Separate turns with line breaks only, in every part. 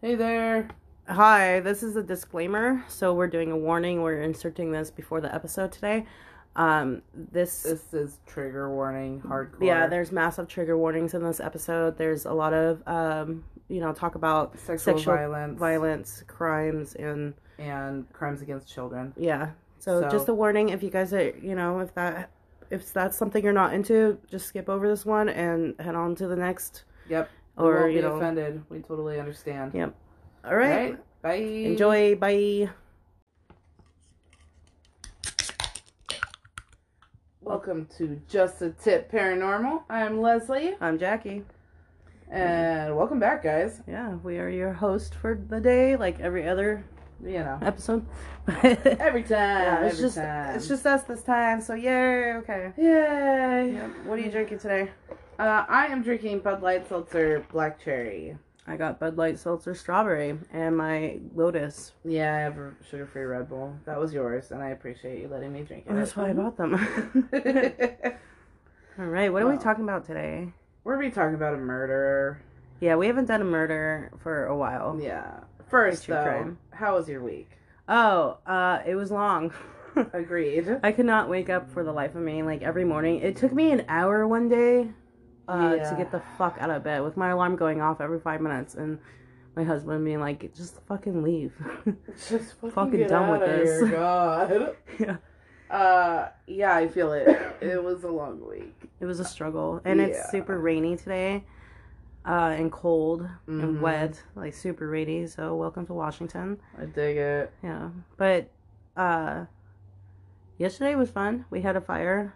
Hey there.
Hi, this is a disclaimer. So we're doing a warning. We're inserting this before the episode today. Um, this
This is trigger warning, hardcore.
yeah, there's massive trigger warnings in this episode. There's a lot of um, you know, talk about
sexual,
sexual
violence,
violence, crimes, and
and crimes against children.
yeah. So,
So-
just a warning. If you guys are, you know, if that if that's something you're not into, just skip over this one and head on to the next.
Yep.
Or,
we won't
you
be
know-
offended. We totally understand.
Yeah. All right.
All right. Bye.
Enjoy. Bye.
Welcome to Just a Tip Paranormal. I'm Leslie,
I'm Jackie.
and welcome back, guys.
Yeah, we are your host for the day, like every other
You know,
episode. uh,
every time.
Yeah, it's
every
just
time.
it's just us this time. So yay, okay.
Yay!
What are you drinking today?
Uh, I am drinking Bud Light Seltzer Black Cherry.
I got Bud Light Seltzer Strawberry and my Lotus.
Yeah, I have a sugar-free Red Bull. That was yours, and I appreciate you letting me drink it.
That's why I bought them. All right, what are we
Wow.
talking about today?
We're gonna be talking about a murder.
Yeah, we haven't done a murder for a while.
Yeah. First
True
though,
crime.
how was your week?
Oh, uh, it was long.
Agreed.
I could not wake up for the life of me. Like every morning, it took me an hour one day uh,
Yeah.
to get the fuck out of bed with my alarm going off every five minutes and my husband being like, "Just fucking leave."
Just fucking,
Fucking
get
done with
outta
this.
Here, God.
yeah,
Uh, yeah, I feel it. It was a long week.
it was a struggle, and
Yeah.
it's super rainy today, uh, and cold and
Mhm.
wet, like super rainy. So welcome to Washington.
I dig it.
Yeah, but uh, yesterday was fun. We had a fire,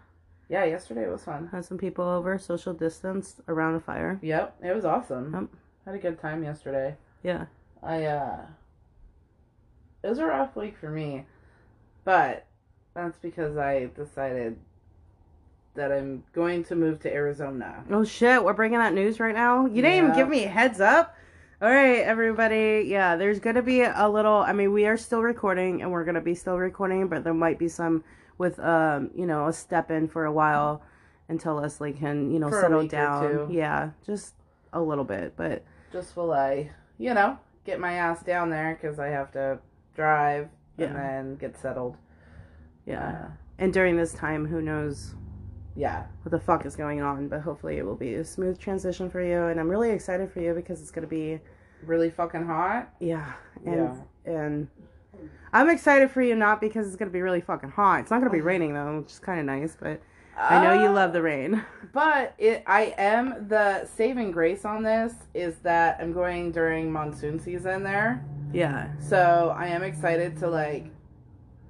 Yeah, yesterday was fun.
had some people over, social distance around a fire.
Yep, it was awesome.
Yep.
Had a good time yesterday.
Yeah,
I uh it was a rough week for me. But that's because I decided that I'm going to move to Arizona.
Oh shit, we're bringing that news right now. You didn't
Yeah.
even give me a heads up. All right, everybody. Yeah, there's going to be a little I mean, we are still recording and we're going to be still recording, but there might be some with um, you know, a step in for a while until Leslie can, you know,
For a
settle
week or two.
down. Yeah, just a little bit, but
just will I, you know, get my ass down there because I have to drive
Yeah.
and then get settled.
yeah.
Uh,
And during this time, who knows
yeah.
what the fuck is going on, but hopefully it will be a smooth transition for you and I'm really excited for you because it's going to be
Really fucking hot.
Yeah, and and I'm excited for you not because it's gonna be really fucking hot. It's not gonna be raining though, which is kind of nice. But I know you
Uh,
love the rain.
But it, I am the saving grace on this is that I'm going during monsoon season there,
Yeah,
so I am excited to like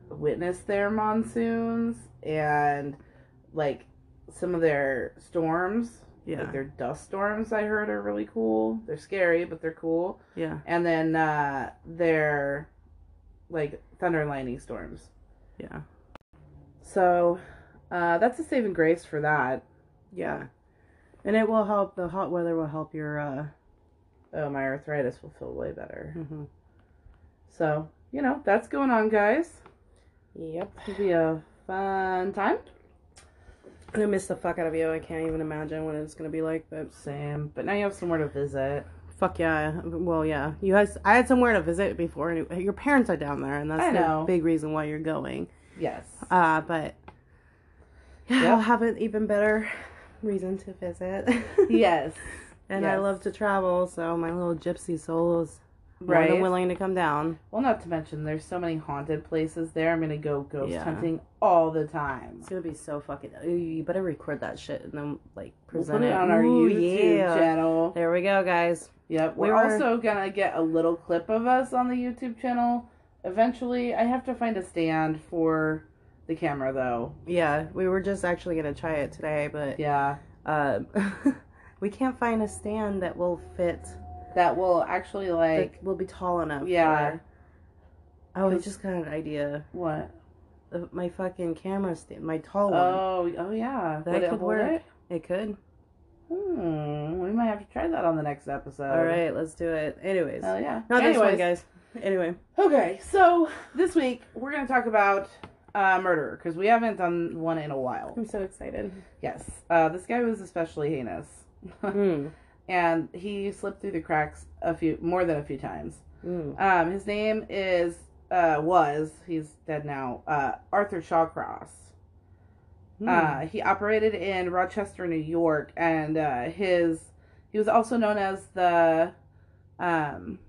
witness their monsoons and like some of their storms. Like
yeah,
their dust storms, I heard are really cool. They're scary, but they're cool.
yeah,
and then uh their like thunder and lightning storms.
yeah,
So uh that's a saving grace for that.
yeah. And it will help. The hot weather will help your. uh
Oh, my arthritis will feel way better.
mhm.
So, you know, that's going on, guys.
Yep.
It'll be a fun time.
I'm gonna miss the fuck out of you. I can't even imagine what it's gonna be like. But
Same. But now you have somewhere to visit.
fuck yeah. Well, yeah. You guys, I had somewhere to visit before. and Your parents are down there, and that's
I
the
know.
big reason why you're going.
Yes.
Uh, but yeah,
Yeah.
I'll have an even better reason to visit.
yes.
and I
yes.
love to travel, so my little gypsy soul is more
Right.
than willing to come down.
well, not to mention there's so many haunted places there. I'm going to go ghost
Yeah.
hunting all the time.
It's gonna be so fucking. ooh, You better record that shit and then like
We'll
present
put it
it
on our
Ooh,
YouTube
yeah.
channel.
There we go, guys.
Yep.
We
We're
were-
also gonna get a little clip of us on the YouTube channel. Eventually, I have to find a stand for the camera though.
Yeah, we were just actually gonna try it today, but
Yeah.
um, we can't find a stand that will fit.
That will actually like
that will be tall enough.
Yeah.
for- Oh, I
'Cause-
just got an idea.
what?
The- My fucking camera stand, my tall one.
Oh, oh yeah.
That
Would it
could
hold
work.
it?
It could.
Hmm. We might have to try that on the next episode.
All right, let's do it. Oh. Anyways,
Hell yeah.
not this one,
Anyways,
guys. Anyway,
Okay, so this week we're gonna talk about uh, murderer because we haven't done one in a while.
I'm so excited.
Yes. Uh, this guy was especially heinous.
Mm.
and he slipped through the cracks a few more than a few times.
Mm.
Um, his name is uh, was he's dead now. Uh, Arthur Shawcross.
Hmm.
Uh, he operated in Rochester, New York, and uh, his he was also known as the um,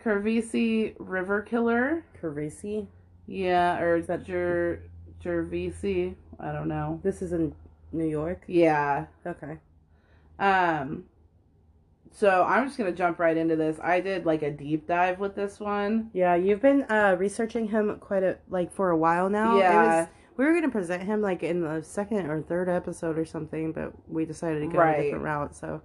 Curvisi River Killer.
Carisi.
Yeah, or is that Jer Gervisi? I don't know.
This is in New York.
Yeah.
Okay.
Um. So I'm just gonna jump right into this. I did like a deep dive with this one.
Yeah, you've been uh, researching him quite a like for a while now. It
yeah.
was- we were gonna present him like in the second or third episode or something, but we decided to go
Right.
a different route. So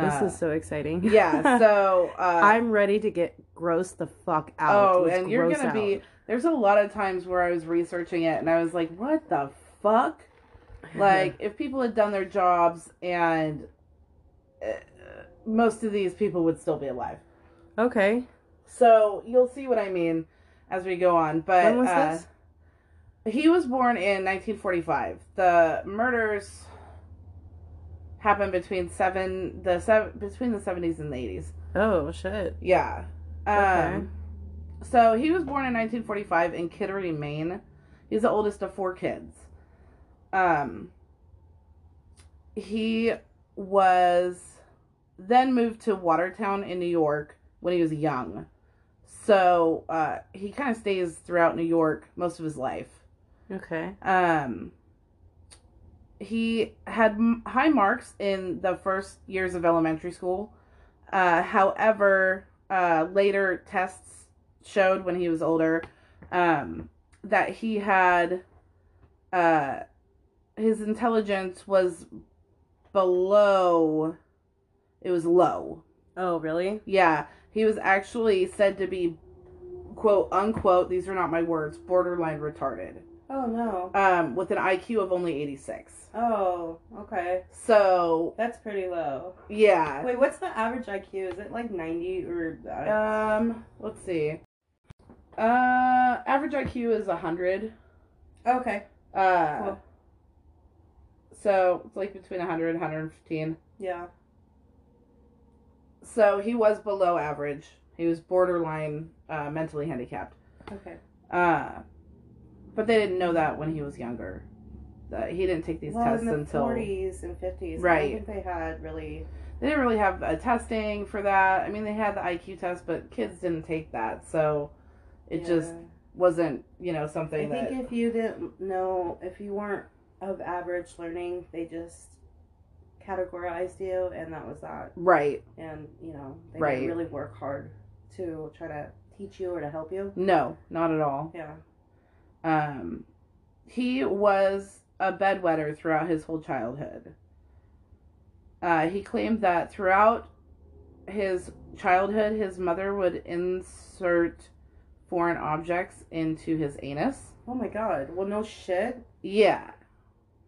this
uh,
is so exciting.
yeah. So uh,
I'm ready to get gross the fuck out.
Oh,
Let's
and you're
gross
gonna
out.
be. There's a lot of times where I was researching it and I was like, "What the fuck?" Like, if people had done their jobs, and uh, most of these people would still be alive.
okay.
So you'll see what I mean as we go on. But
When was
uh,
this?
he was born in 1945. The murders happened between seven the seven between the 70s and the 80s.
Oh shit.
Yeah. Um,
Okay.
So he was born in 1945 in Kittery, Maine. He's the oldest of four kids. Um, he was then moved to Watertown in New York when he was young. So uh, he kind of stays throughout New York most of his life.
Okay.
Um, he had m- high marks in the first years of elementary school. Uh, however, uh, later tests showed when he was older um, that he had uh, his intelligence was below. It was low.
Oh really?
Yeah, he was actually said to be quote unquote. These are not my words. Borderline retarded
Oh no.
um, with an IQ of only 86.
Oh okay.
So,
That's pretty low.
yeah.
Wait, what's the average IQ? Is it like 90 or
Um, let's see. Uh, average IQ is 100.
Okay.
Uh,
Cool.
so it's like between 100 and 115.
Yeah.
So he was below average. He was borderline uh, mentally handicapped.
Okay.
Uh, but they didn't know that when he was younger. Uh, he didn't take these tests until
40s and 50s,
Right.
think they had really.
they didn't really have a testing for that. I mean, they had the IQ test, but kids didn't take that, so it just wasn't, you know,
I
something
think
that.
if you didn't know, if you weren't of average learning, they just categorized you, and that was that.
right.
And you know, they
Right.
didn't really work hard to try to teach you or to help you.
No, not at all.
Yeah.
Um, he was a bedwetter throughout his whole childhood. Uh, he claimed that throughout his childhood, his mother would insert foreign objects into his anus.
Oh my God. Well, no shit.
Yeah.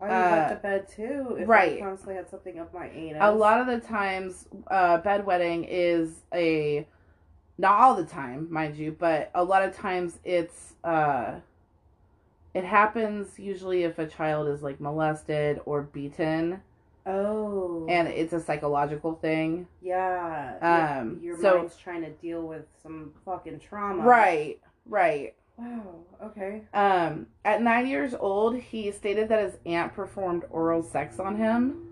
I would
Uh,
have to bed too if
right.
I constantly had something up my anus.
a lot of the times uh, bedwetting is a not all the time mind you but a lot of times it's uh, it happens usually if a child is like molested or beaten
Oh.
and it's a psychological thing
Yeah. your-
um
your
so
mind's trying to deal with some fucking trauma.
right right
Wow. Okay.
um at nine years old he stated that his aunt performed oral sex on him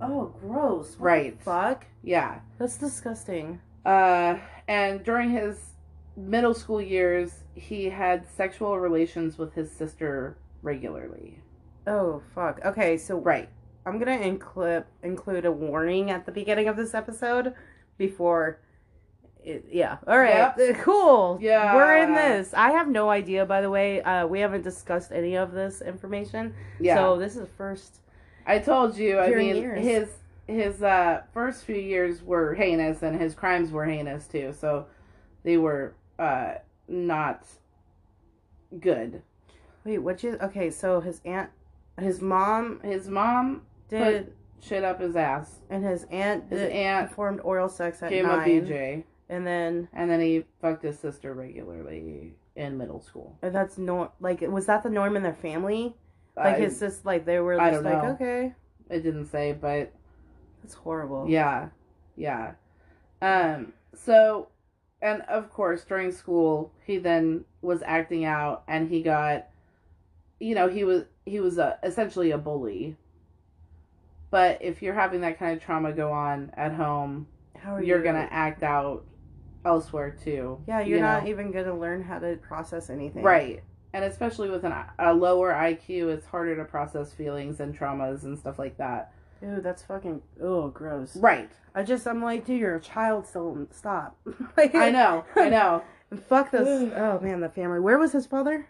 Oh, gross. What the
Right.
Fuck.
yeah
That's disgusting.
Uh, and during his middle school years, he had sexual relations with his sister regularly.
Oh, fuck. Okay, so
Right.
I'm gonna include include a warning at the beginning of this episode before. It, yeah. All right. Cool.
Yeah.
We're in this. I have no idea, by the way. Uh, we haven't discussed any of this information.
Yeah.
So this is the first.
I told you. I
During
mean,
years.
his his uh first few years were heinous, and his crimes were heinous too. So they were uh not good.
Wait, what you? Okay, so his aunt, his mom
His mom
did,
shit up his ass.
and his aunt
His
did,
aunt
performed oral sex at
became a
nine,
BJ,
and then
and then he fucked his sister regularly in middle school.
and uh, that's norm. Like, was that the norm in their family?
I-
Like, it's just like they were
I
just
don't
like,
know.
okay,
it didn't say, but
That's horrible.
Yeah. Yeah. Um so and of course during school he then was acting out and he got you know, he was he was a, essentially a bully. But if you're having that kind of trauma go on at home,
How are
you're
you?
going to act out elsewhere too.
Oh, Yeah, you're
you
not
know?
even gonna learn how to process anything.
right. And especially with an, a lower IQ, it's harder to process feelings and traumas and stuff like that.
Dude, that's fucking oh gross.
Right.
I just I'm like, dude, you're a child still stop. Like,
I know. I know.
Fuck this oh man, the family. Where was his father?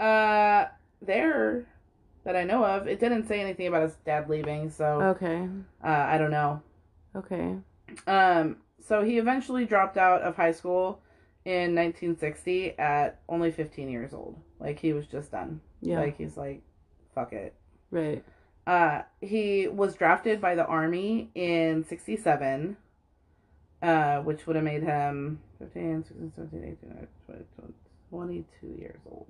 Uh, there that I know of, it didn't say anything about his dad leaving, so
Okay.
uh, I don't know.
Okay.
Um, so he eventually dropped out of high school in 1960 at only 15 years old. Like he was just done.
Yeah.
Like he's like, fuck it.
right.
Uh, he was drafted by the army in 67, uh, which would have made him 15, 16, 17, 18, 19, 20, 22 years old.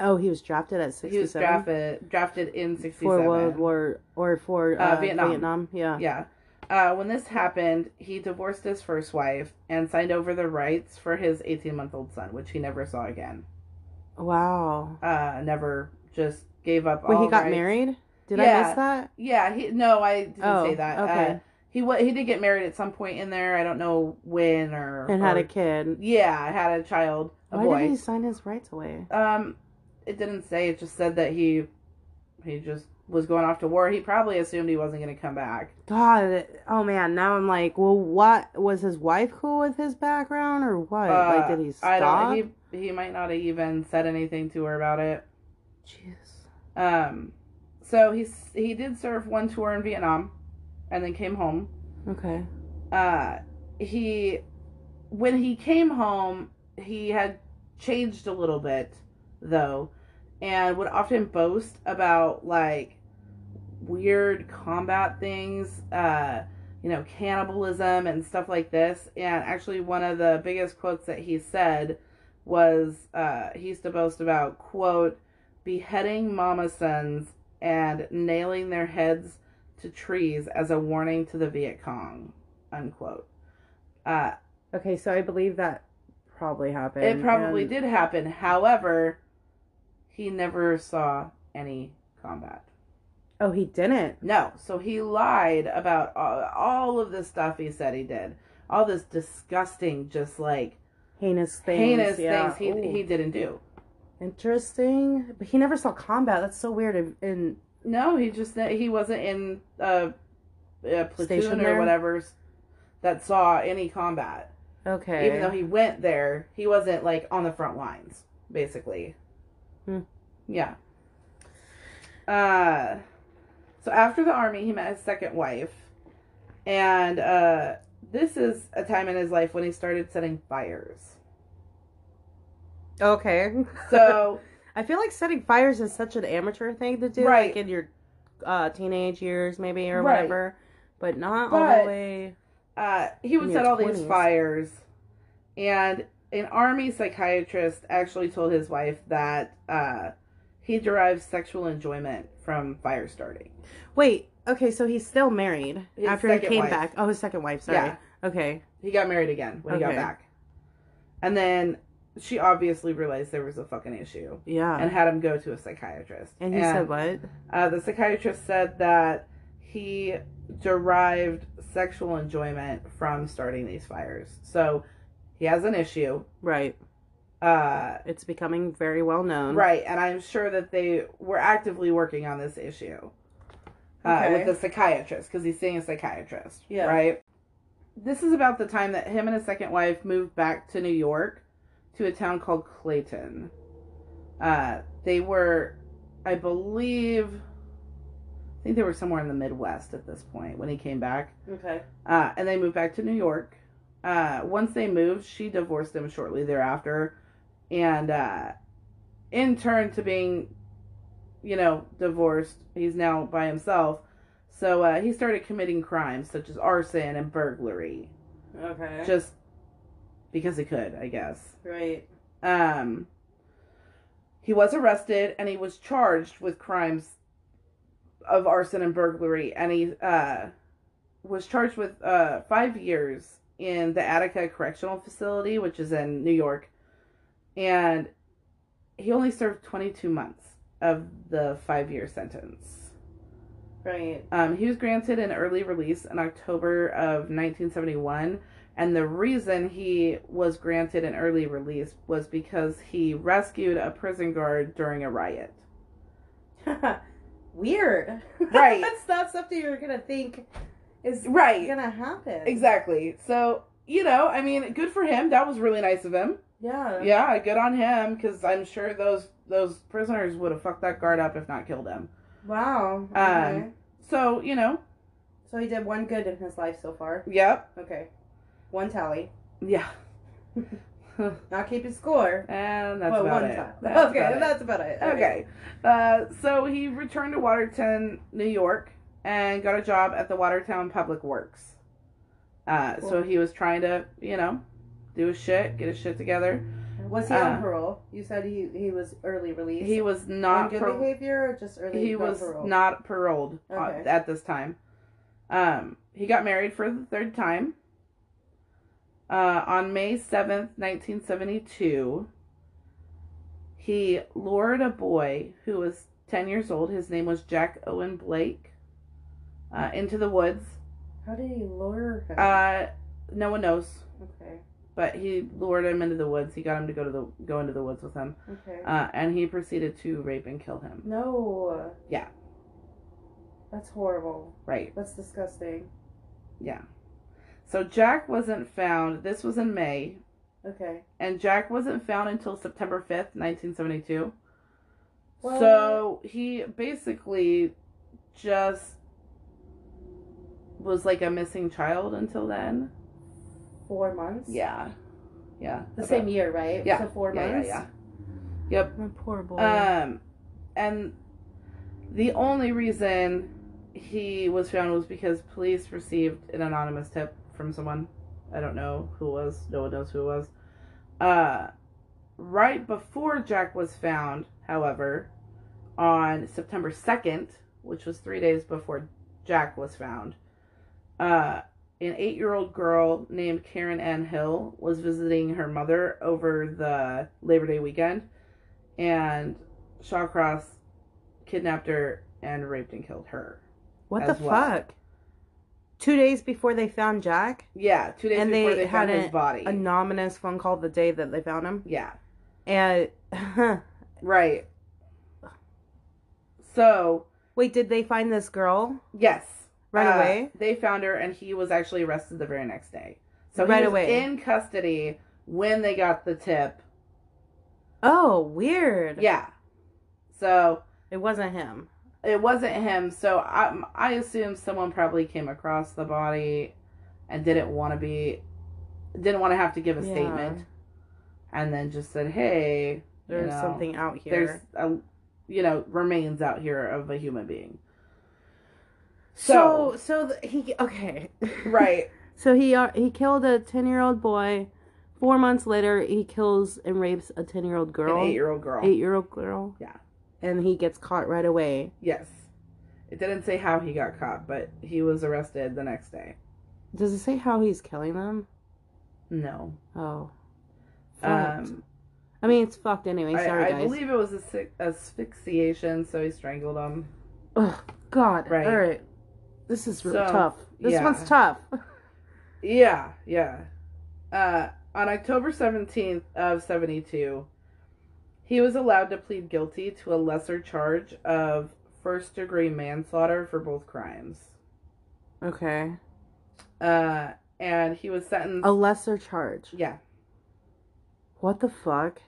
Oh, he was drafted at sixty
He was drafted drafted in
for
67.
World War or for uh,
Uh, Vietnam.
Yeah.
Yeah. Uh, when this happened, he divorced his first wife and signed over the rights for his 18 month old son, which he never saw again.
Wow.
Uh, never just gave up.
Wait,
all
he got
rights.
married? Did I
Yeah.
miss that?
Yeah. He no, I didn't
Oh,
say that.
okay.
Uh, he wa- he did get married at some point in there. I don't know when or
And had
or-
a kid.
yeah, had a child, a
Why
boy.
did he sign his rights away?
Um, it didn't say. It just said that he he just was going off to war. He probably assumed he wasn't going to come back.
God, oh man, now I'm like, well, what was his wife cool with his background or what? like,
Uh,
did he stop?
I don't. He he might not have even said anything to her about it.
Jeez.
Um, so he s- he did serve one tour in Vietnam, and then came home.
Okay.
Uh, he when he came home, he had changed a little bit though, and would often boast about like weird combat things. Uh. You know, cannibalism and stuff like this. And actually, one of the biggest quotes that he said was uh, he used to boast about quote beheading mama sons and nailing their heads to trees as a warning to the Viet Cong unquote. Uh,
Okay, so I believe that probably happened.
it probably
and-
did happen. However, he never saw any combat.
Oh, he didn't.
No, so he lied about all, all of the stuff he said he did. All this disgusting, just like
Heinous things.
heinous
yeah.
things he,
Ooh.
he didn't do.
Interesting. But he never saw combat. That's so weird. And, and
No, he just he wasn't in a, a
Stationed
platoon
there?
or whatever that saw any combat.
okay.
Even though he went there, he wasn't like on the front lines, basically.
Hmm.
Yeah. Uh, so after the army, he met his second wife, and uh, this is a time in his life when he started setting fires.
Okay.
So
I feel like setting fires is such an amateur thing to do,
Right.
like in your uh, teenage years, maybe or
Right.
whatever, but not all the
But-
way.
uh, he would
In
set
your
all these
20s.
fires, and an army psychiatrist actually told his wife that uh, he derives sexual enjoyment from fire starting.
Wait. Okay, so he's still married
His
after he
second
came
wife.
back. Oh, his second wife. Sorry.
Yeah.
Okay.
He got married again when he
Okay.
got back, and then she obviously realized there was a fucking issue
Yeah.
and had him go to a psychiatrist.
and he said what?
Uh, the psychiatrist said that he derived sexual enjoyment from starting these fires. So he has an issue.
Right.
Uh,
It's becoming very well known.
Right, and I'm sure that they were actively working on this issue uh,
Okay.
with the psychiatrist because he's seeing a psychiatrist.
Yeah.
Right. This is about the time that him and his second wife moved back to New York to a town called Clayton. Uh, they were, I believe, I think they were somewhere in the Midwest at this point when he came back.
Okay.
Uh, and they moved back to New York. Uh, once they moved, she divorced him shortly thereafter, and uh, in turn to being, you know, divorced, he's now by himself. So uh, he started committing crimes such as arson and burglary,
Okay.
just because he could, I guess.
right.
Um, he was arrested and he was charged with crimes of arson and burglary, and he uh, was charged with uh, five years in the Attica Correctional Facility, which is in New York, and he only served 22 months of the five year sentence.
Right.
Um, he was granted an early release in October of 1971, and the reason he was granted an early release was because he rescued a prison guard during a riot.
Weird.
Right.
That's not something you're gonna think is
Right.
gonna happen.
Exactly. So, you know, I mean, good for him. That was really nice of him.
Yeah.
Yeah, good on him because I'm sure those those prisoners would have fucked that guard up if not killed him.
Wow.
Um,
Okay.
So you know,
so he did one good in his life so far.
yep,
Okay. One tally.
yeah,
Not keeping score.
and that's
well,
about
one
it.
time.
That's
okay,
about it.
that's about it.
okay. Uh, so he returned to Watertown, New York, and got a job at the Watertown Public Works. Uh, so
Cool.
he was trying to, you know, do his shit, get his shit together.
Was he
Uh,
on parole? You said he he was early released.
He was
on
not
good
pro-
behavior or just early?
he
on
was
parole?
not paroled uh,
Okay.
at this time. Um, he got married for the third time uh, on May 7th, 1972. He lured a boy who was 10 years old, his name was Jack Owen Blake, uh, into the woods.
How did he lure him?
Uh, no one knows,
okay.
but he lured him into the woods. He got him to go to the go into the woods with him,
Okay.
uh, and he proceeded to rape and kill him.
no.
Yeah.
That's horrible.
Right.
That's disgusting.
So Jack wasn't found. This was in May,
Okay.
and Jack wasn't found until September 5th, 1972.
What?
So he basically just was like a missing child until then.
Four months.
Yeah. Yeah.
The
about-
same year, right?
Yeah.
So four
Yeah, yeah,
months.
yeah. Yep.
My poor boy.
Um and the only reason he was found was because police received an anonymous tip from someone. I don't know who it was. No one knows who it was. Uh, right before Jack was found, however, on September 2nd, which was three days before Jack was found, uh, an eight year old girl named Karen Ann Hill was visiting her mother over the Labor Day weekend, and Shawcross kidnapped her and raped and killed her.
what
as well.
Two days before they found Jack,
Yeah, two days
And
before
they
they found
had
his body.
anonymous phone call the day that they found him,
yeah.
and
Right. So,
wait, did they find this girl
yes.
right
uh,
away?
They found her and he was actually arrested the very next day. So he
Right
was
away.
in custody when they got the tip.
Oh, weird.
Yeah. So
it wasn't him.
it wasn't him. So I, I assume someone probably came across the body and didn't want to be, didn't want to have to give a
Yeah.
statement. And then just said, hey,
There's
No.
something out here.
there's a, you know, remains out here of a human being.
so, so th- he okay.
Right.
So he uh, he killed a ten year old boy. Four months later, he kills and rapes a ten year old girl,
An eight year old girl.
eight year old girl.
Yeah.
and he gets caught right away.
Yes. It didn't say how he got caught, but he was arrested the next day.
Does it say how he's killing them?
No.
Oh, fucked.
Um,
I mean it's fucked anyway. Sorry,
I, I
guys.
believe it was asphy- asphyxiation, so he strangled him.
Oh God!
Right.
All right, this is real
So,
tough. This
yeah.
one's tough.
Yeah, yeah. Uh, on October 17th of 72, he was allowed to plead guilty to a lesser charge of first degree manslaughter for both crimes.
Okay,
Uh, and he was sentenced.
a lesser charge.
yeah,
What the fuck?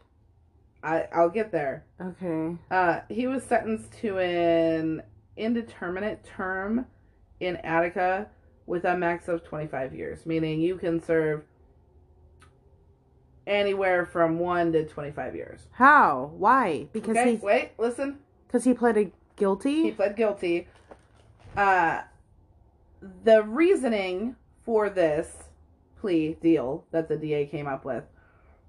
I, I'll get there.
Okay.
Uh, he was sentenced to an indeterminate term in Attica with a max of 25 years, meaning you can serve anywhere from 1 to 25 years.
How? Why? Because
Okay,
he
wait, listen.
because he pleaded
He
guilty.
pled guilty. Uh, the reasoning for this plea deal that the DA came up with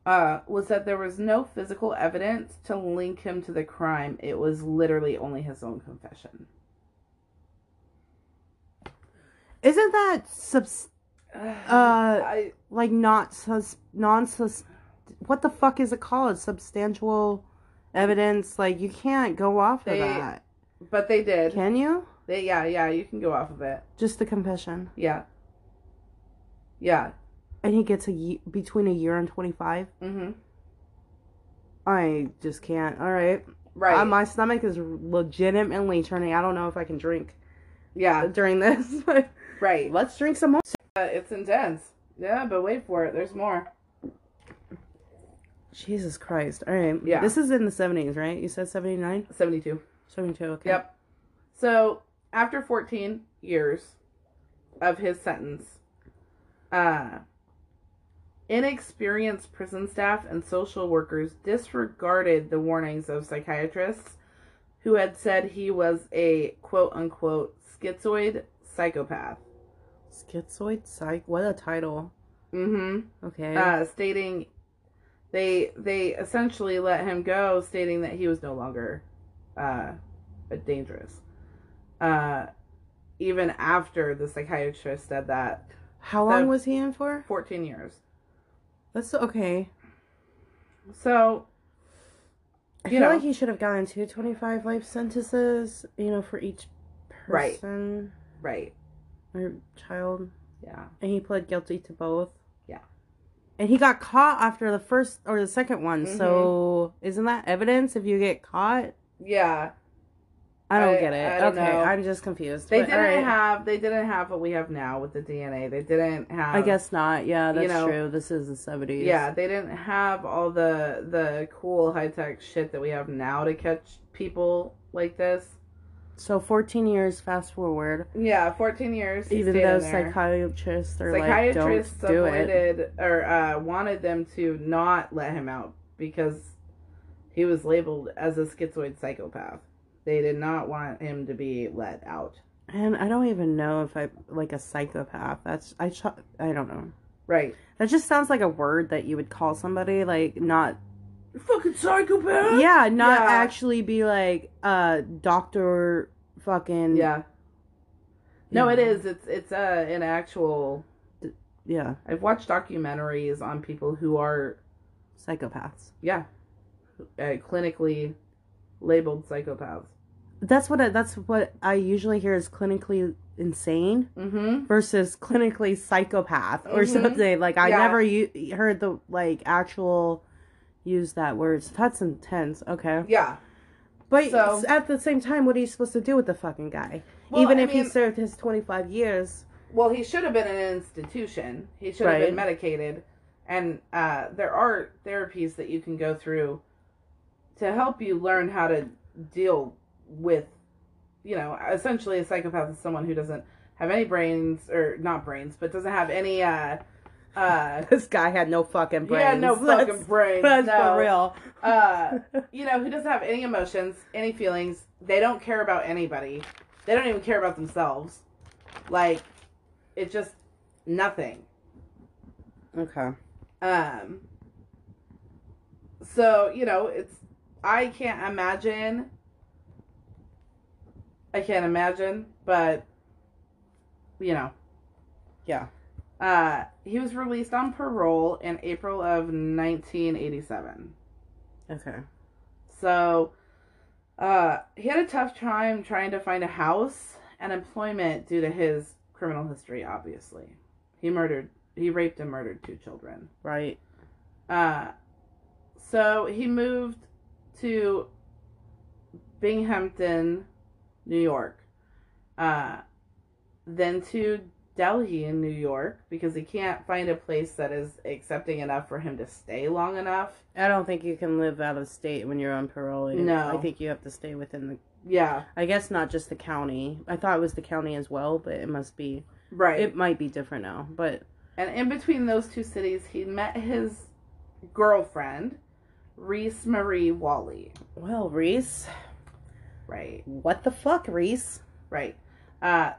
uh, was that there was no physical evidence to link him to the crime. It was literally only his own confession.
Isn't that subs-
I,
like not sus- non sus what the fuck is it called? Substantial evidence. Like you can't go off
They-
of that.
but they did.
Can you?
They, yeah, yeah, you can go off of it.
Just the confession.
Yeah. Yeah.
And he gets a ye- between a year and 25.
Mm-hmm.
I just can't. All right.
Right.
Uh, my stomach is legitimately turning. I don't know if I can drink
yeah.
during this. but
Right.
Let's drink some more.
Uh, it's intense. Yeah, but wait for it. There's more.
Jesus Christ. All right.
Yeah.
This is in the 70s, right? You said 79?
72.
72. Okay.
Yep. So after 14 years of his sentence, uh, inexperienced prison staff and social workers disregarded the warnings of psychiatrists who had said he was a quote unquote schizoid psychopath.
Schizoid psych. What a title.
Mm-hmm.
Okay.
uh, stating they they essentially let him go, stating that he was no longer uh, dangerous. Uh, even after the psychiatrist said that,
How long
the-
was he in for?
fourteen years.
That's okay.
So
I
You
feel
know.
like he should have gotten two 25 life sentences, you know, for each
Right.
person
right,
or child.
yeah,
And he pled guilty to both.
Yeah.
And he got caught after the first or the second one. So
Mm-hmm.
isn't that evidence if you get caught?
yeah.
I don't
I-
get it.
I don't
okay,
know.
I'm just confused.
They
but
didn't
alright.
have they didn't have what we have now with the DNA. They didn't have.
I guess not. Yeah,
you
that's
know,
true. This is the 70s.
Yeah, they didn't have all the the cool high tech shit that we have now to catch people like this.
So 14 years fast forward.
Yeah, fourteen years. he
Even
stayed in
though
there.
psychiatrists are like,
psychiatrists
don't do it.
avoided or uh, wanted them to not let him out because he was labeled as a schizoid psychopath. They did not want him to be let out.
And I don't even know if I like a psychopath. That's I ch- I don't know.
Right.
That just sounds like a word that you would call somebody like not
Fucking psychopath. Yeah.
yeah, not
Yeah.
actually be like uh doctor fucking
Yeah. No, it is. It's it's uh, an actual.
yeah,
I've watched documentaries on people who are
psychopaths.
yeah, uh, clinically labeled psychopaths.
That's what I, that's what I usually hear is clinically insane
Mm-hmm.
versus clinically psychopath or
Mhm.
something. Like I
Yeah.
never u- heard the like actual use that word. So that's intense. Okay.
Yeah.
But
So-
at the same time, what are you supposed to do with the fucking guy?
Well,
Even
I
if
mean-
he served his 25 years.
Well, he should have been in an institution. He should have been
Right.
medicated. And uh, there are therapies that you can go through to help you learn how to deal with, you know, essentially a psychopath is someone who doesn't have any brains or not brains, but doesn't have any. Uh, uh,
This guy had no fucking brains.
Yeah, no
Let's-
fucking brains.
That's
no.
for real.
Uh, you know, who doesn't have any emotions, any feelings. They don't care about anybody. They don't even care about themselves. Like, it's just nothing.
Okay.
Um so, you know, it's I can't imagine I can't imagine, but you know,
Yeah.
uh he was released on parole in April of 1987.
Okay.
So, uh he had a tough time trying to find a house and employment due to his criminal history, obviously. He murdered he raped and murdered two children.
Right.
Uh, so he moved to Binghamton, New York, uh, then to Delhi in New York because he can't find a place that is accepting enough for him to stay long enough.
I don't think you can live out of state when you're on parole. You-
No.
I think you have to stay within the.
Yeah,
I guess not just the county. I thought it was the county as well, but it must be.
right.
It might be different now, but
and in between those two cities, he met his girlfriend, Reese Marie Wally.
well, Reese,
Right.
what the fuck, Reese?
Right. Uh,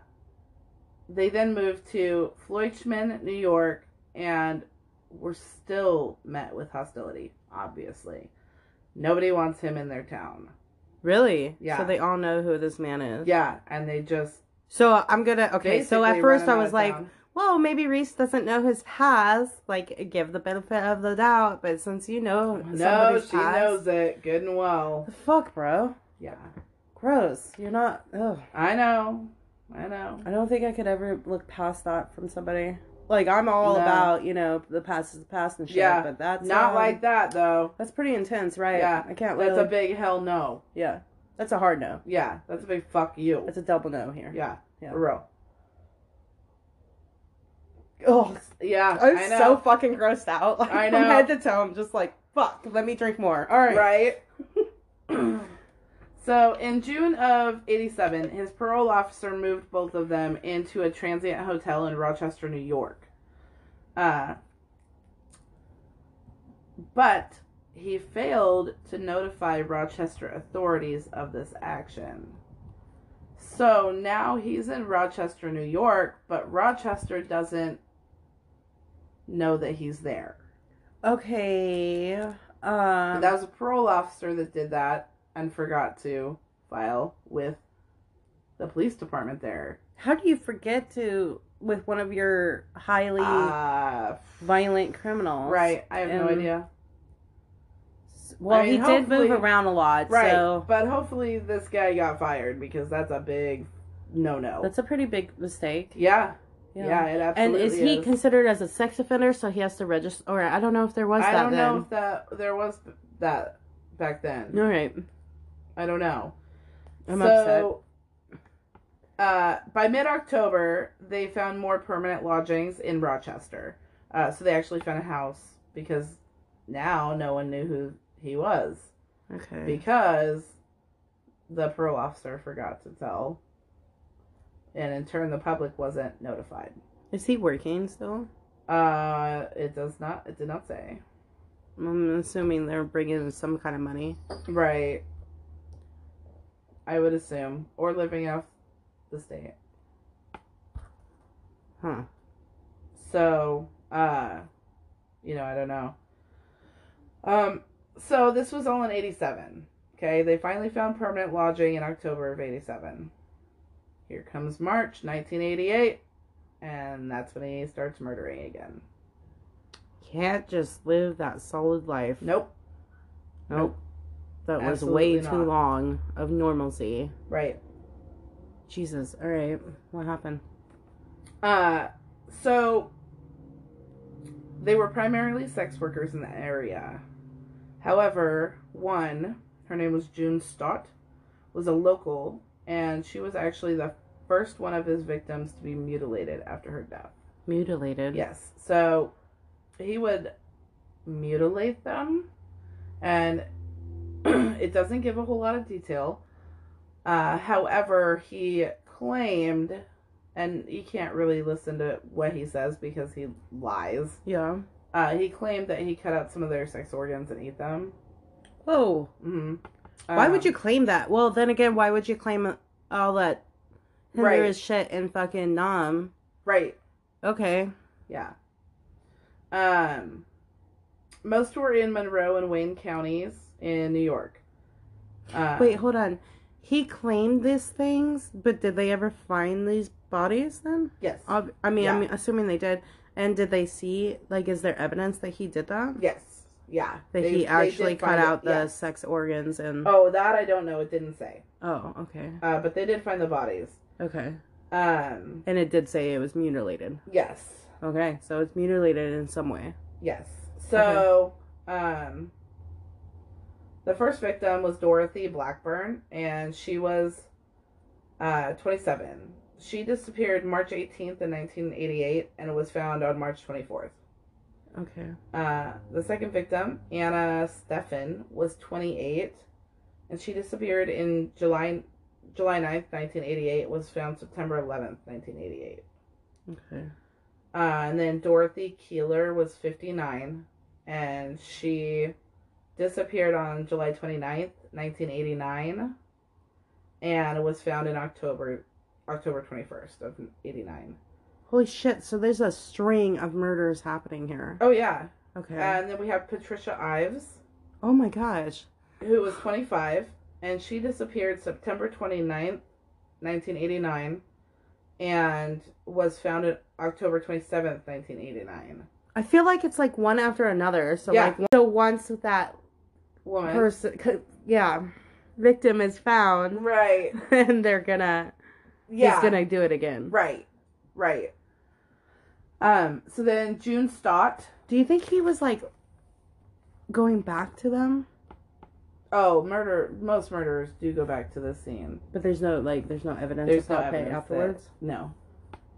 they then moved to Floychman, New York, and were still met with hostility, obviously. Nobody wants him in their town.
Really?
Yeah.
So they all know who this man is.
Yeah, and they just
So I'm gonna okay. so at
Basically
first I
running out
was
of
like,
town.
"Well, maybe Reese doesn't know his past. Like, give the benefit of the doubt." But since you know
no,
somebody's
she
past-
knows it good and well.
Fuck, bro.
Yeah,
Gross. You're not. Ugh.
I know, I know.
I don't think I could ever look past that from somebody. Like I'm all
No.
about you know the past is the past and shit.
Yeah.
But that's
Not
um,
like that though.
That's pretty intense, right?
Yeah.
I can't.
That's
really,
a big hell no.
Yeah. That's a hard no.
Yeah, that's a big fuck you.
That's a double no here.
Yeah,
Yeah.
for real.
Oh,
Yeah,
I'm
I
so
know.
fucking grossed out. Like,
I
From
know.
head to toe, I'm just like, fuck. Let me drink more. All right.
right. so in June of '87, his parole officer moved both of them into a transient hotel in Rochester, New York. Uh, but he failed to notify Rochester authorities of this action. So now he's in Rochester, New York, but Rochester doesn't know that he's there.
Okay. Um.
But that was a parole officer that did that and forgot to file with the police department there.
how do you forget to with one of your highly
Uh,
violent criminals?
right. I have no
Um,
idea.
S- Well,
I mean,
he did move
hopefully-
around a lot,
Right.
so
But hopefully this guy got fired because that's a big no no.
that's a pretty big mistake.
Yeah. Yeah. It
And
absolutely
is he
is.
considered as a sex offender? So he has to register, or I don't know if there was
I
that
don't
then.
know if that there was that back then.
All right,
I don't know.
I'm
so, Uh, by mid October, they found more permanent lodgings in Rochester. Uh, so they actually found a house because now no one knew who he was
upset. Okay.
because the parole officer forgot to tell. And in turn, the public wasn't notified.
is he working still?
Uh, it does not. It did not say.
I'm assuming they're bringing in some kind of money.
Right. I would assume, or living off the state.
Huh.
So, uh, you know, I don't know. Um, so this was all in 87. Okay, they finally found permanent lodging in October of 87. Here comes March 1988, and that's when he starts murdering again.
Can't just live that solid life.
Nope,
Nope. That was
Absolutely
way too
not.
long of normalcy.
right.
Jesus. All right. What happened?
Uh, so they were primarily sex workers in the area. However, one, her name was June Stott, was a local, and she was actually the first one of his victims to be mutilated after her death.
Mutilated.
Yes, so he would mutilate them, and it doesn't give a whole lot of detail. Uh, however, he claimed, and you can't really listen to what he says because he lies.
Yeah.
Uh, he claimed that he cut out some of their sex organs and ate them.
Whoa.
hmm
Why would you claim that? Well, then again, why would you claim all that
Right.
hinderous shit in fucking Nam?
Right.
Okay.
Yeah. Um, most were in Monroe and Wayne counties in New York. Uh,
Wait, hold on. He claimed these things, but did they ever find these bodies then?
Yes.
Ob- I mean,
Yeah.
I'm assuming they did. And did they see, like, is there evidence that he did that?
Yes. Yeah.
That
They-
he
they
actually
did
cut
find it,
out the
yes.
sex organs and.
Oh, that I don't know. It didn't say.
Oh, okay.
Uh, but they did find the bodies.
Okay.
Um,
And it did say it was mutilated.
yes.
Okay, so it's mutilated in some way.
Yes. So, um, the first victim was Dorothy Blackburn, and she was uh, 27. She disappeared March 18th in 1988 and was found on March 24th.
Okay.
Uh, the second victim, Anna Steffen, was 28, and she disappeared in July July 9th, 1988, was found September 11th, 1988.
Okay.
Uh, and then Dorothy Keeler was 59, and she disappeared on July 29th, 1989, and was found in October October 21st of 89.
Holy shit, so there's a string of murders happening here.
Oh yeah,
Okay.
and then we have Patricia Ives.
oh my gosh.
who was 25, and she disappeared September 29th, 1989, and was founded October 27th, 1989.
I feel like it's like one after another. So
Yeah.
like so once that
Woman.
person, c- yeah, victim is found,
right.
and they're gonna
Yeah.
he's gonna do it again.
Right. Right. Um, so then June Stott.
Do you think he was like going back to them?
Oh, murder. Most murderers do go back to the scene.
But there's no like there's no evidence
There's
of
no
foul play
evidence that-
afterwards.
No.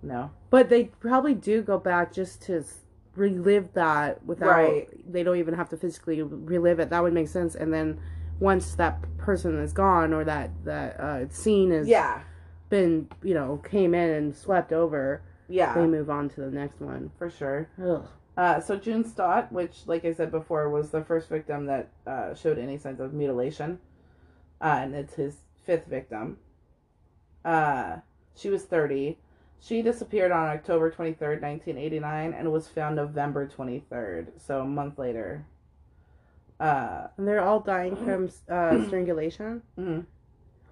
No.
But they probably do go back just to s- relive that without
Right.
they don't even have to physically relive it. That would make sense. And then once that person is gone or that that uh, scene has
Yeah.
been you know came in and swept over, they
Yeah.
move on to the next one.
For sure.
Ugh.
Uh, so June Stott, which, like I said before, was the first victim that uh, showed any signs of mutilation, uh, and it's his fifth victim. Uh, she was 30. She disappeared on October 23rd, 1989, and was found November 23rd, so a month later. Uh,
And they're all dying from uh, strangulation.
mhm.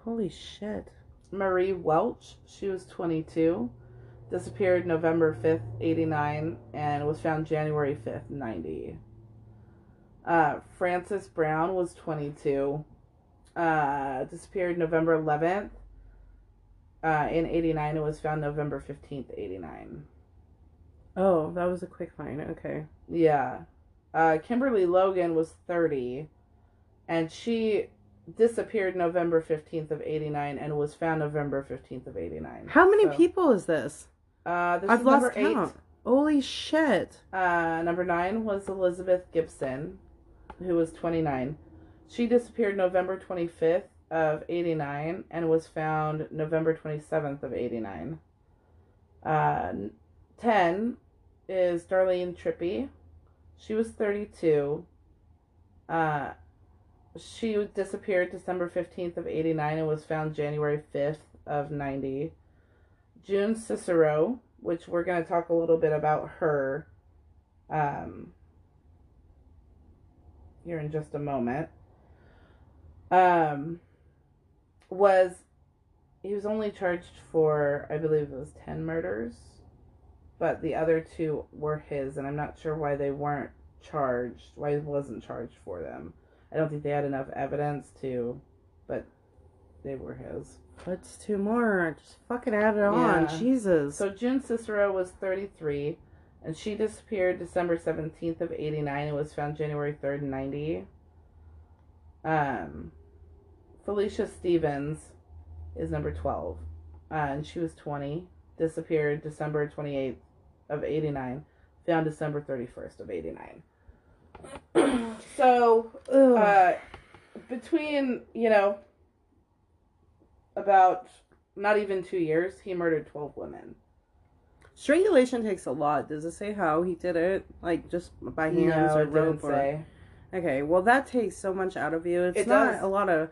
Holy shit!
Marie Welch, she was 22, disappeared November 5th, 89, and was found January 5th, 90. Uh, Frances Brown was 22, uh, disappeared November 11th, uh, in 89, and was found November 15th, 89.
Oh, that was a quick find. Okay.
Yeah. Uh, Kimberly Logan was 30, and she disappeared November 15th of 89 and was found November 15th of 89.
How many
So-
people is this?
Uh, this
I've
is
lost
number eight.
count. Holy shit!
Uh, number nine was Elizabeth Gibson, who was 29. She disappeared November 25th of 89 and was found November 27th of 89. Uh, 10 is Darlene Trippy. She was 32. Uh, she disappeared December 15th of 89 and was found January 5th of 90. June Cicero, which we're going to talk a little bit about her um, here in just a moment, um, was he was only charged for, I believe it was 10 murders, but the other two were his, and I'm not sure why they weren't charged, why he wasn't charged for them. I don't think they had enough evidence to, but they were his.
That's two more. Just fucking add it on.
Yeah.
Jesus.
So June Cicero was 33, and she disappeared December 17th of 89 and was found January 3rd, 90. Um, Felicia Stevens is number 12, uh, and she was 20, disappeared December 28th of 89, found December 31st of 89. so
Ugh.
uh, between you know about not even two years he murdered 12 women
Strangulation takes a lot. Does it say how he did it? Like just by hands
No,
or
it didn't
rope or
say.
Okay, well that takes so much out of you. It's
It
not
does.
a lot of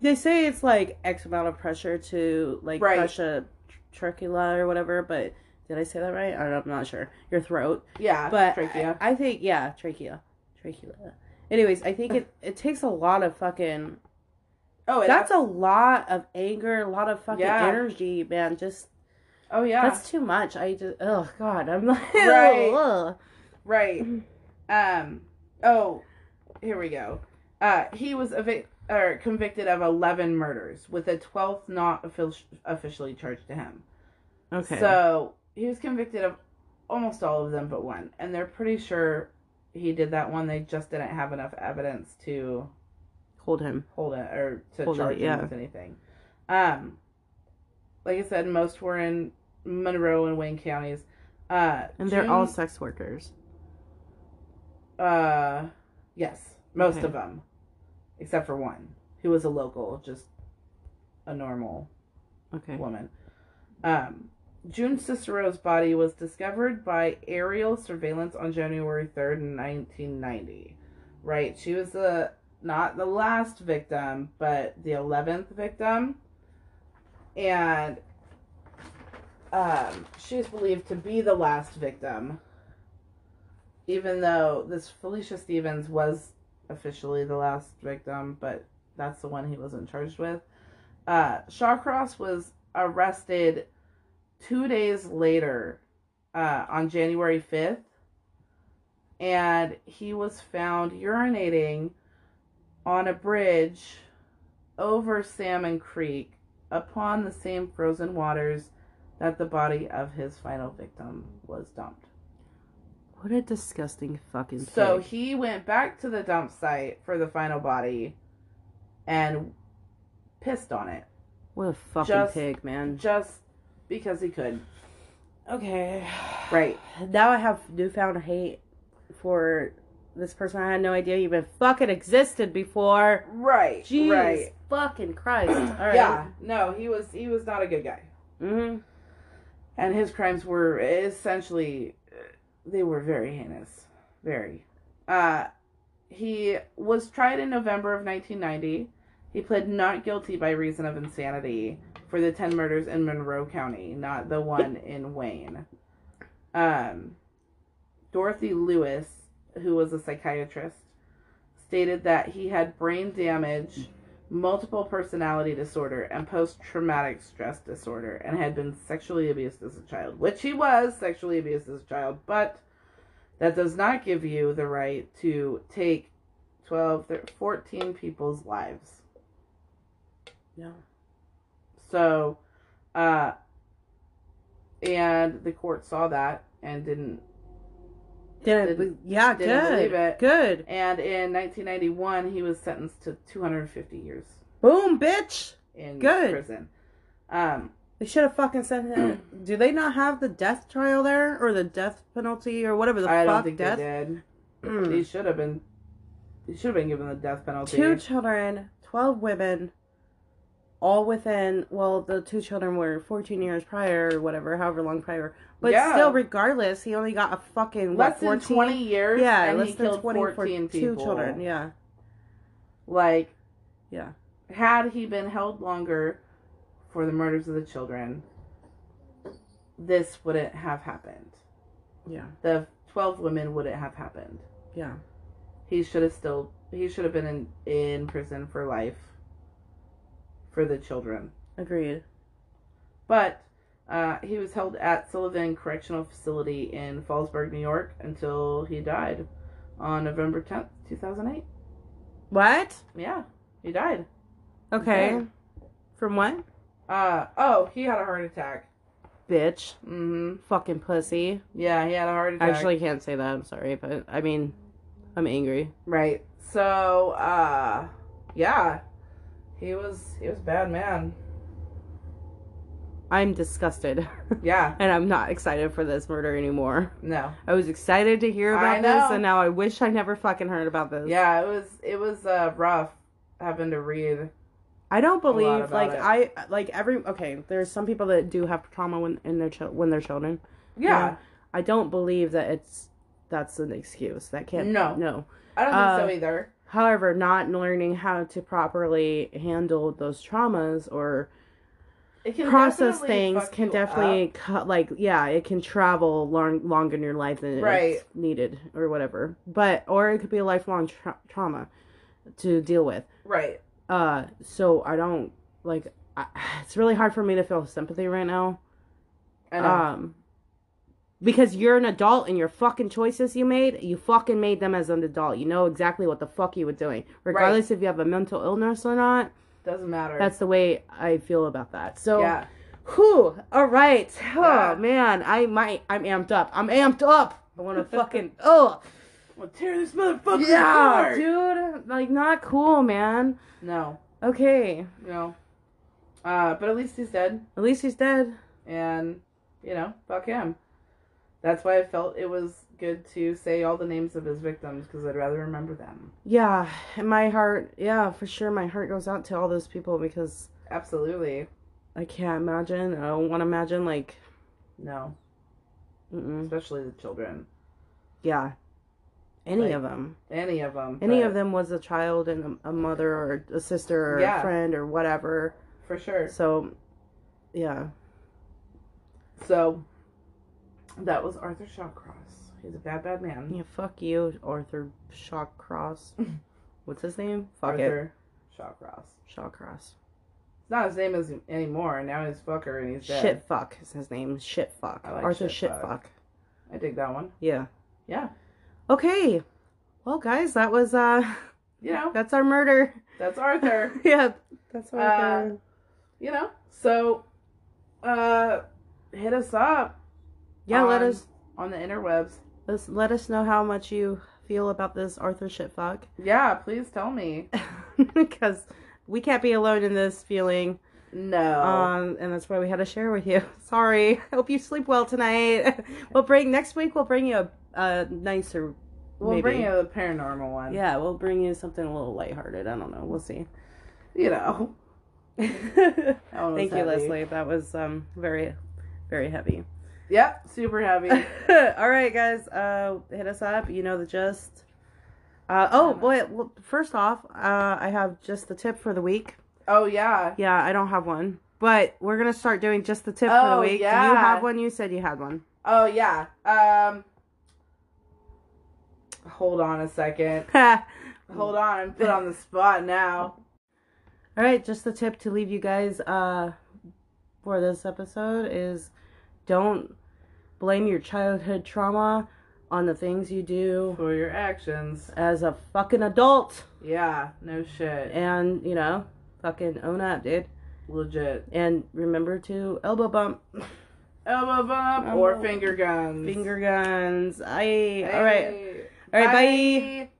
they say it's like X amount of pressure to like
Right.
crush a tr- trachea or whatever, but did I say that right? I don't, I'm not sure. Your throat.
yeah
But
trachea
I, I think yeah, trachea. Trachea. Anyways, I think it, it takes a lot of fucking
oh it
that's a lot of anger, a lot of fucking
Yeah.
energy, man. Just
oh yeah
that's too much. I just oh god, I'm like
Right.
ugh.
right
Mm-hmm.
um oh here we go uh he was evic- or convicted of 11 murders with a 12th not offic- officially charged to him
Okay.
So he was convicted of almost all of them but one. And they're pretty sure he did that one. They just didn't have enough evidence to
hold him.
hold it or to
Hold it,
charge
yeah.
him with anything. Um, like I said, most were in Monroe and Wayne counties. Uh,
And they're all
June-
sex workers.
Uh, yes, most
Okay.
of them, except for one who was a local, just a normal
Okay.
woman. Um, June Cicero's body was discovered by aerial surveillance on January 3rd, in 1990. Right? She was the not the last victim, but the 11th victim. And um, she is believed to be the last victim, even though this Felicia Stevens was officially the last victim, but that's the one he wasn't charged with. Uh, Shawcross was arrested two days later, uh, on January 5th, and he was found urinating on a bridge over Salmon Creek upon the same frozen waters that the body of his final victim was dumped.
What a disgusting fucking pig.
So he went back to the dump site for the final body and pissed on it
what a fucking
just-
pig, man.
just because he could.
Okay.
Right.
Now I have newfound hate for this person. I had no idea you even fucking existed before.
Right.
Jeez
Right.
fucking Christ. All right.
Yeah. No, he was he was not a good guy.
hmm
And his crimes were essentially they were very heinous. Very. Uh he was tried in November of 1990. He pled not guilty by reason of insanity for the 10 murders in Monroe County, not the one in Wayne. Um Dorothy Lewis, who was a psychiatrist, stated that he had brain
Hmm.
damage, multiple personality disorder, and post traumatic stress disorder, and had been sexually abused as a child, which he was sexually abused as a child, but that does not give you the right to take 12, thir- 14 people's lives.
No.
So, uh, and the court saw that and didn't
Didn't,
Didn't-
yeah,
didn't
good.
believe it.
Good.
And in 1991, he was sentenced to 250 years
Boom, bitch.
in
Good.
prison. Um,
They should have fucking sent him. Do they not have the death trial there or the death penalty or whatever the
I
fuck
don't think
death?
they did.
Mm.
He should have been. He should have been given the death penalty.
two children, 12 women, all within, well, the two children were 14 years prior or whatever, however long prior. But
Yeah.
still, regardless, he only got a fucking,
less
what,
than
14?
20 years.
yeah,
and
less
he
than
killed
20 for
14
two
people.
children. Yeah,
Like,
yeah.
had he been held longer for the murders of the children, this wouldn't have happened.
Yeah,
The 12 women wouldn't have happened.
yeah.
he should have still he should have been in, in prison for life for the children
Agreed.
but uh, he was held at sullivan correctional facility in fallsburg new york until he died on november 10th 2008
What?
yeah he died
Okay.
Okay.
From what?
uh, oh he had a heart attack
Bitch.
mm-hmm
Fucking pussy.
yeah he had a heart
I
attack
actually can't say that. I'm sorry, but I mean, I'm angry.
right so uh yeah he was he was a bad man
I'm disgusted.
yeah
and I'm not excited for this murder anymore.
no
I was excited to hear
I
about this,
know.
and now I wish I never fucking heard about this.
yeah it was it was uh rough having to read
I don't believe
about
like
it.
I like every okay. There's some people that do have trauma when in their chil- when they're children.
yeah,
Yeah. I don't believe that it's that's an excuse that can't
No.
no.
i don't think
Uh,
so either
However, not learning how to properly handle those traumas or
it can
process
definitely
things
fuck
can
you
definitely
up.
cut like yeah it can travel long long in your life than
Right.
it's needed or whatever but or it could be a lifelong tra- trauma to deal with
right
uh so i don't like I, it's really hard for me to feel sympathy right now
I know.
um because you're an adult and your fucking choices you made you fucking made them as an adult you know exactly what the fuck you were doing regardless if you have a mental illness or not
doesn't matter
that's the way i feel about that so
yeah
Whew. All right. Oh
Yeah.
man, I might. I'm amped up. I'm amped up. I want to fucking. Oh
well tear this motherfucker
yeah,
apart.
dude. Like not cool, man.
no
Okay.
no uh but at least he's dead
At least he's dead.
and you know fuck him that's why i felt it was good to say all the names of his victims because i'd rather remember them
Yeah. And my heart. Yeah, for sure. My heart goes out to all those people because
absolutely
I can't imagine. I don't want to imagine. Like.
no
Mm-mm.
especially the children
Yeah. Any
Like,
of them.
any of them
Any of them was a child and a, a mother or a sister or
Yeah.
a friend or whatever.
for sure
So. Yeah.
So that was Arthur Shawcross. He's a bad, bad man.
Yeah, fuck you, Arthur Shawcross. What's his name? Fuck it.
Arthur Shawcross.
Shawcross.
It's not his name is anymore. Now he's fucker and he's dead.
Shit fuck is his name. Shit fuck.
I like
Arthur
Shit
shit
Fuck.
fuck.
I dig that one.
Yeah.
Yeah.
Okay. Well, guys, that was uh,
You know,
that's our murder. Uh,
that's Arthur.
yeah, that's
our murder. you know, so uh, hit us up
yeah, let
on-
us
on the interwebs.
let let us know how much you feel about this Arthur shit fuck,
Yeah, please tell me.
because we can't be alone in this feeling.
No.
Um, and that's why we had to share with you. Sorry. Hope you sleep well tonight. we'll bring next week. We'll bring you a, a nicer.
we'll
maybe.
bring you the paranormal one.
Yeah, we'll bring you something a little lighthearted. I don't know. We'll see.
You know.
Thank
That one was
you,
heavy.
Leslie. That was um very, very heavy.
Yep, super heavy.
All right, guys. Uh, hit us up. You know the gist. Uh, oh,
Um,
wait. Well, first off, uh, I have just the tip for the week.
oh yeah.
Yeah, I don't have one, but we're gonna start doing just the tip for
Oh,
the week. Do you
yeah.
have one? You said you had one.
Oh yeah. Um Hold on a second. Hold on, I'm put on the spot now.
All right, just the tip to leave you guys uh, for this episode is don't blame your childhood trauma on the things you do
For your actions.
as a fucking adult.
Yeah, no shit.
And, you know, fucking own up, dude.
Legit.
And remember to elbow bump,
Elbow bump
Elbow
or
bump.
finger guns.
finger guns. Aye.
Hey.
All right. All right, bye.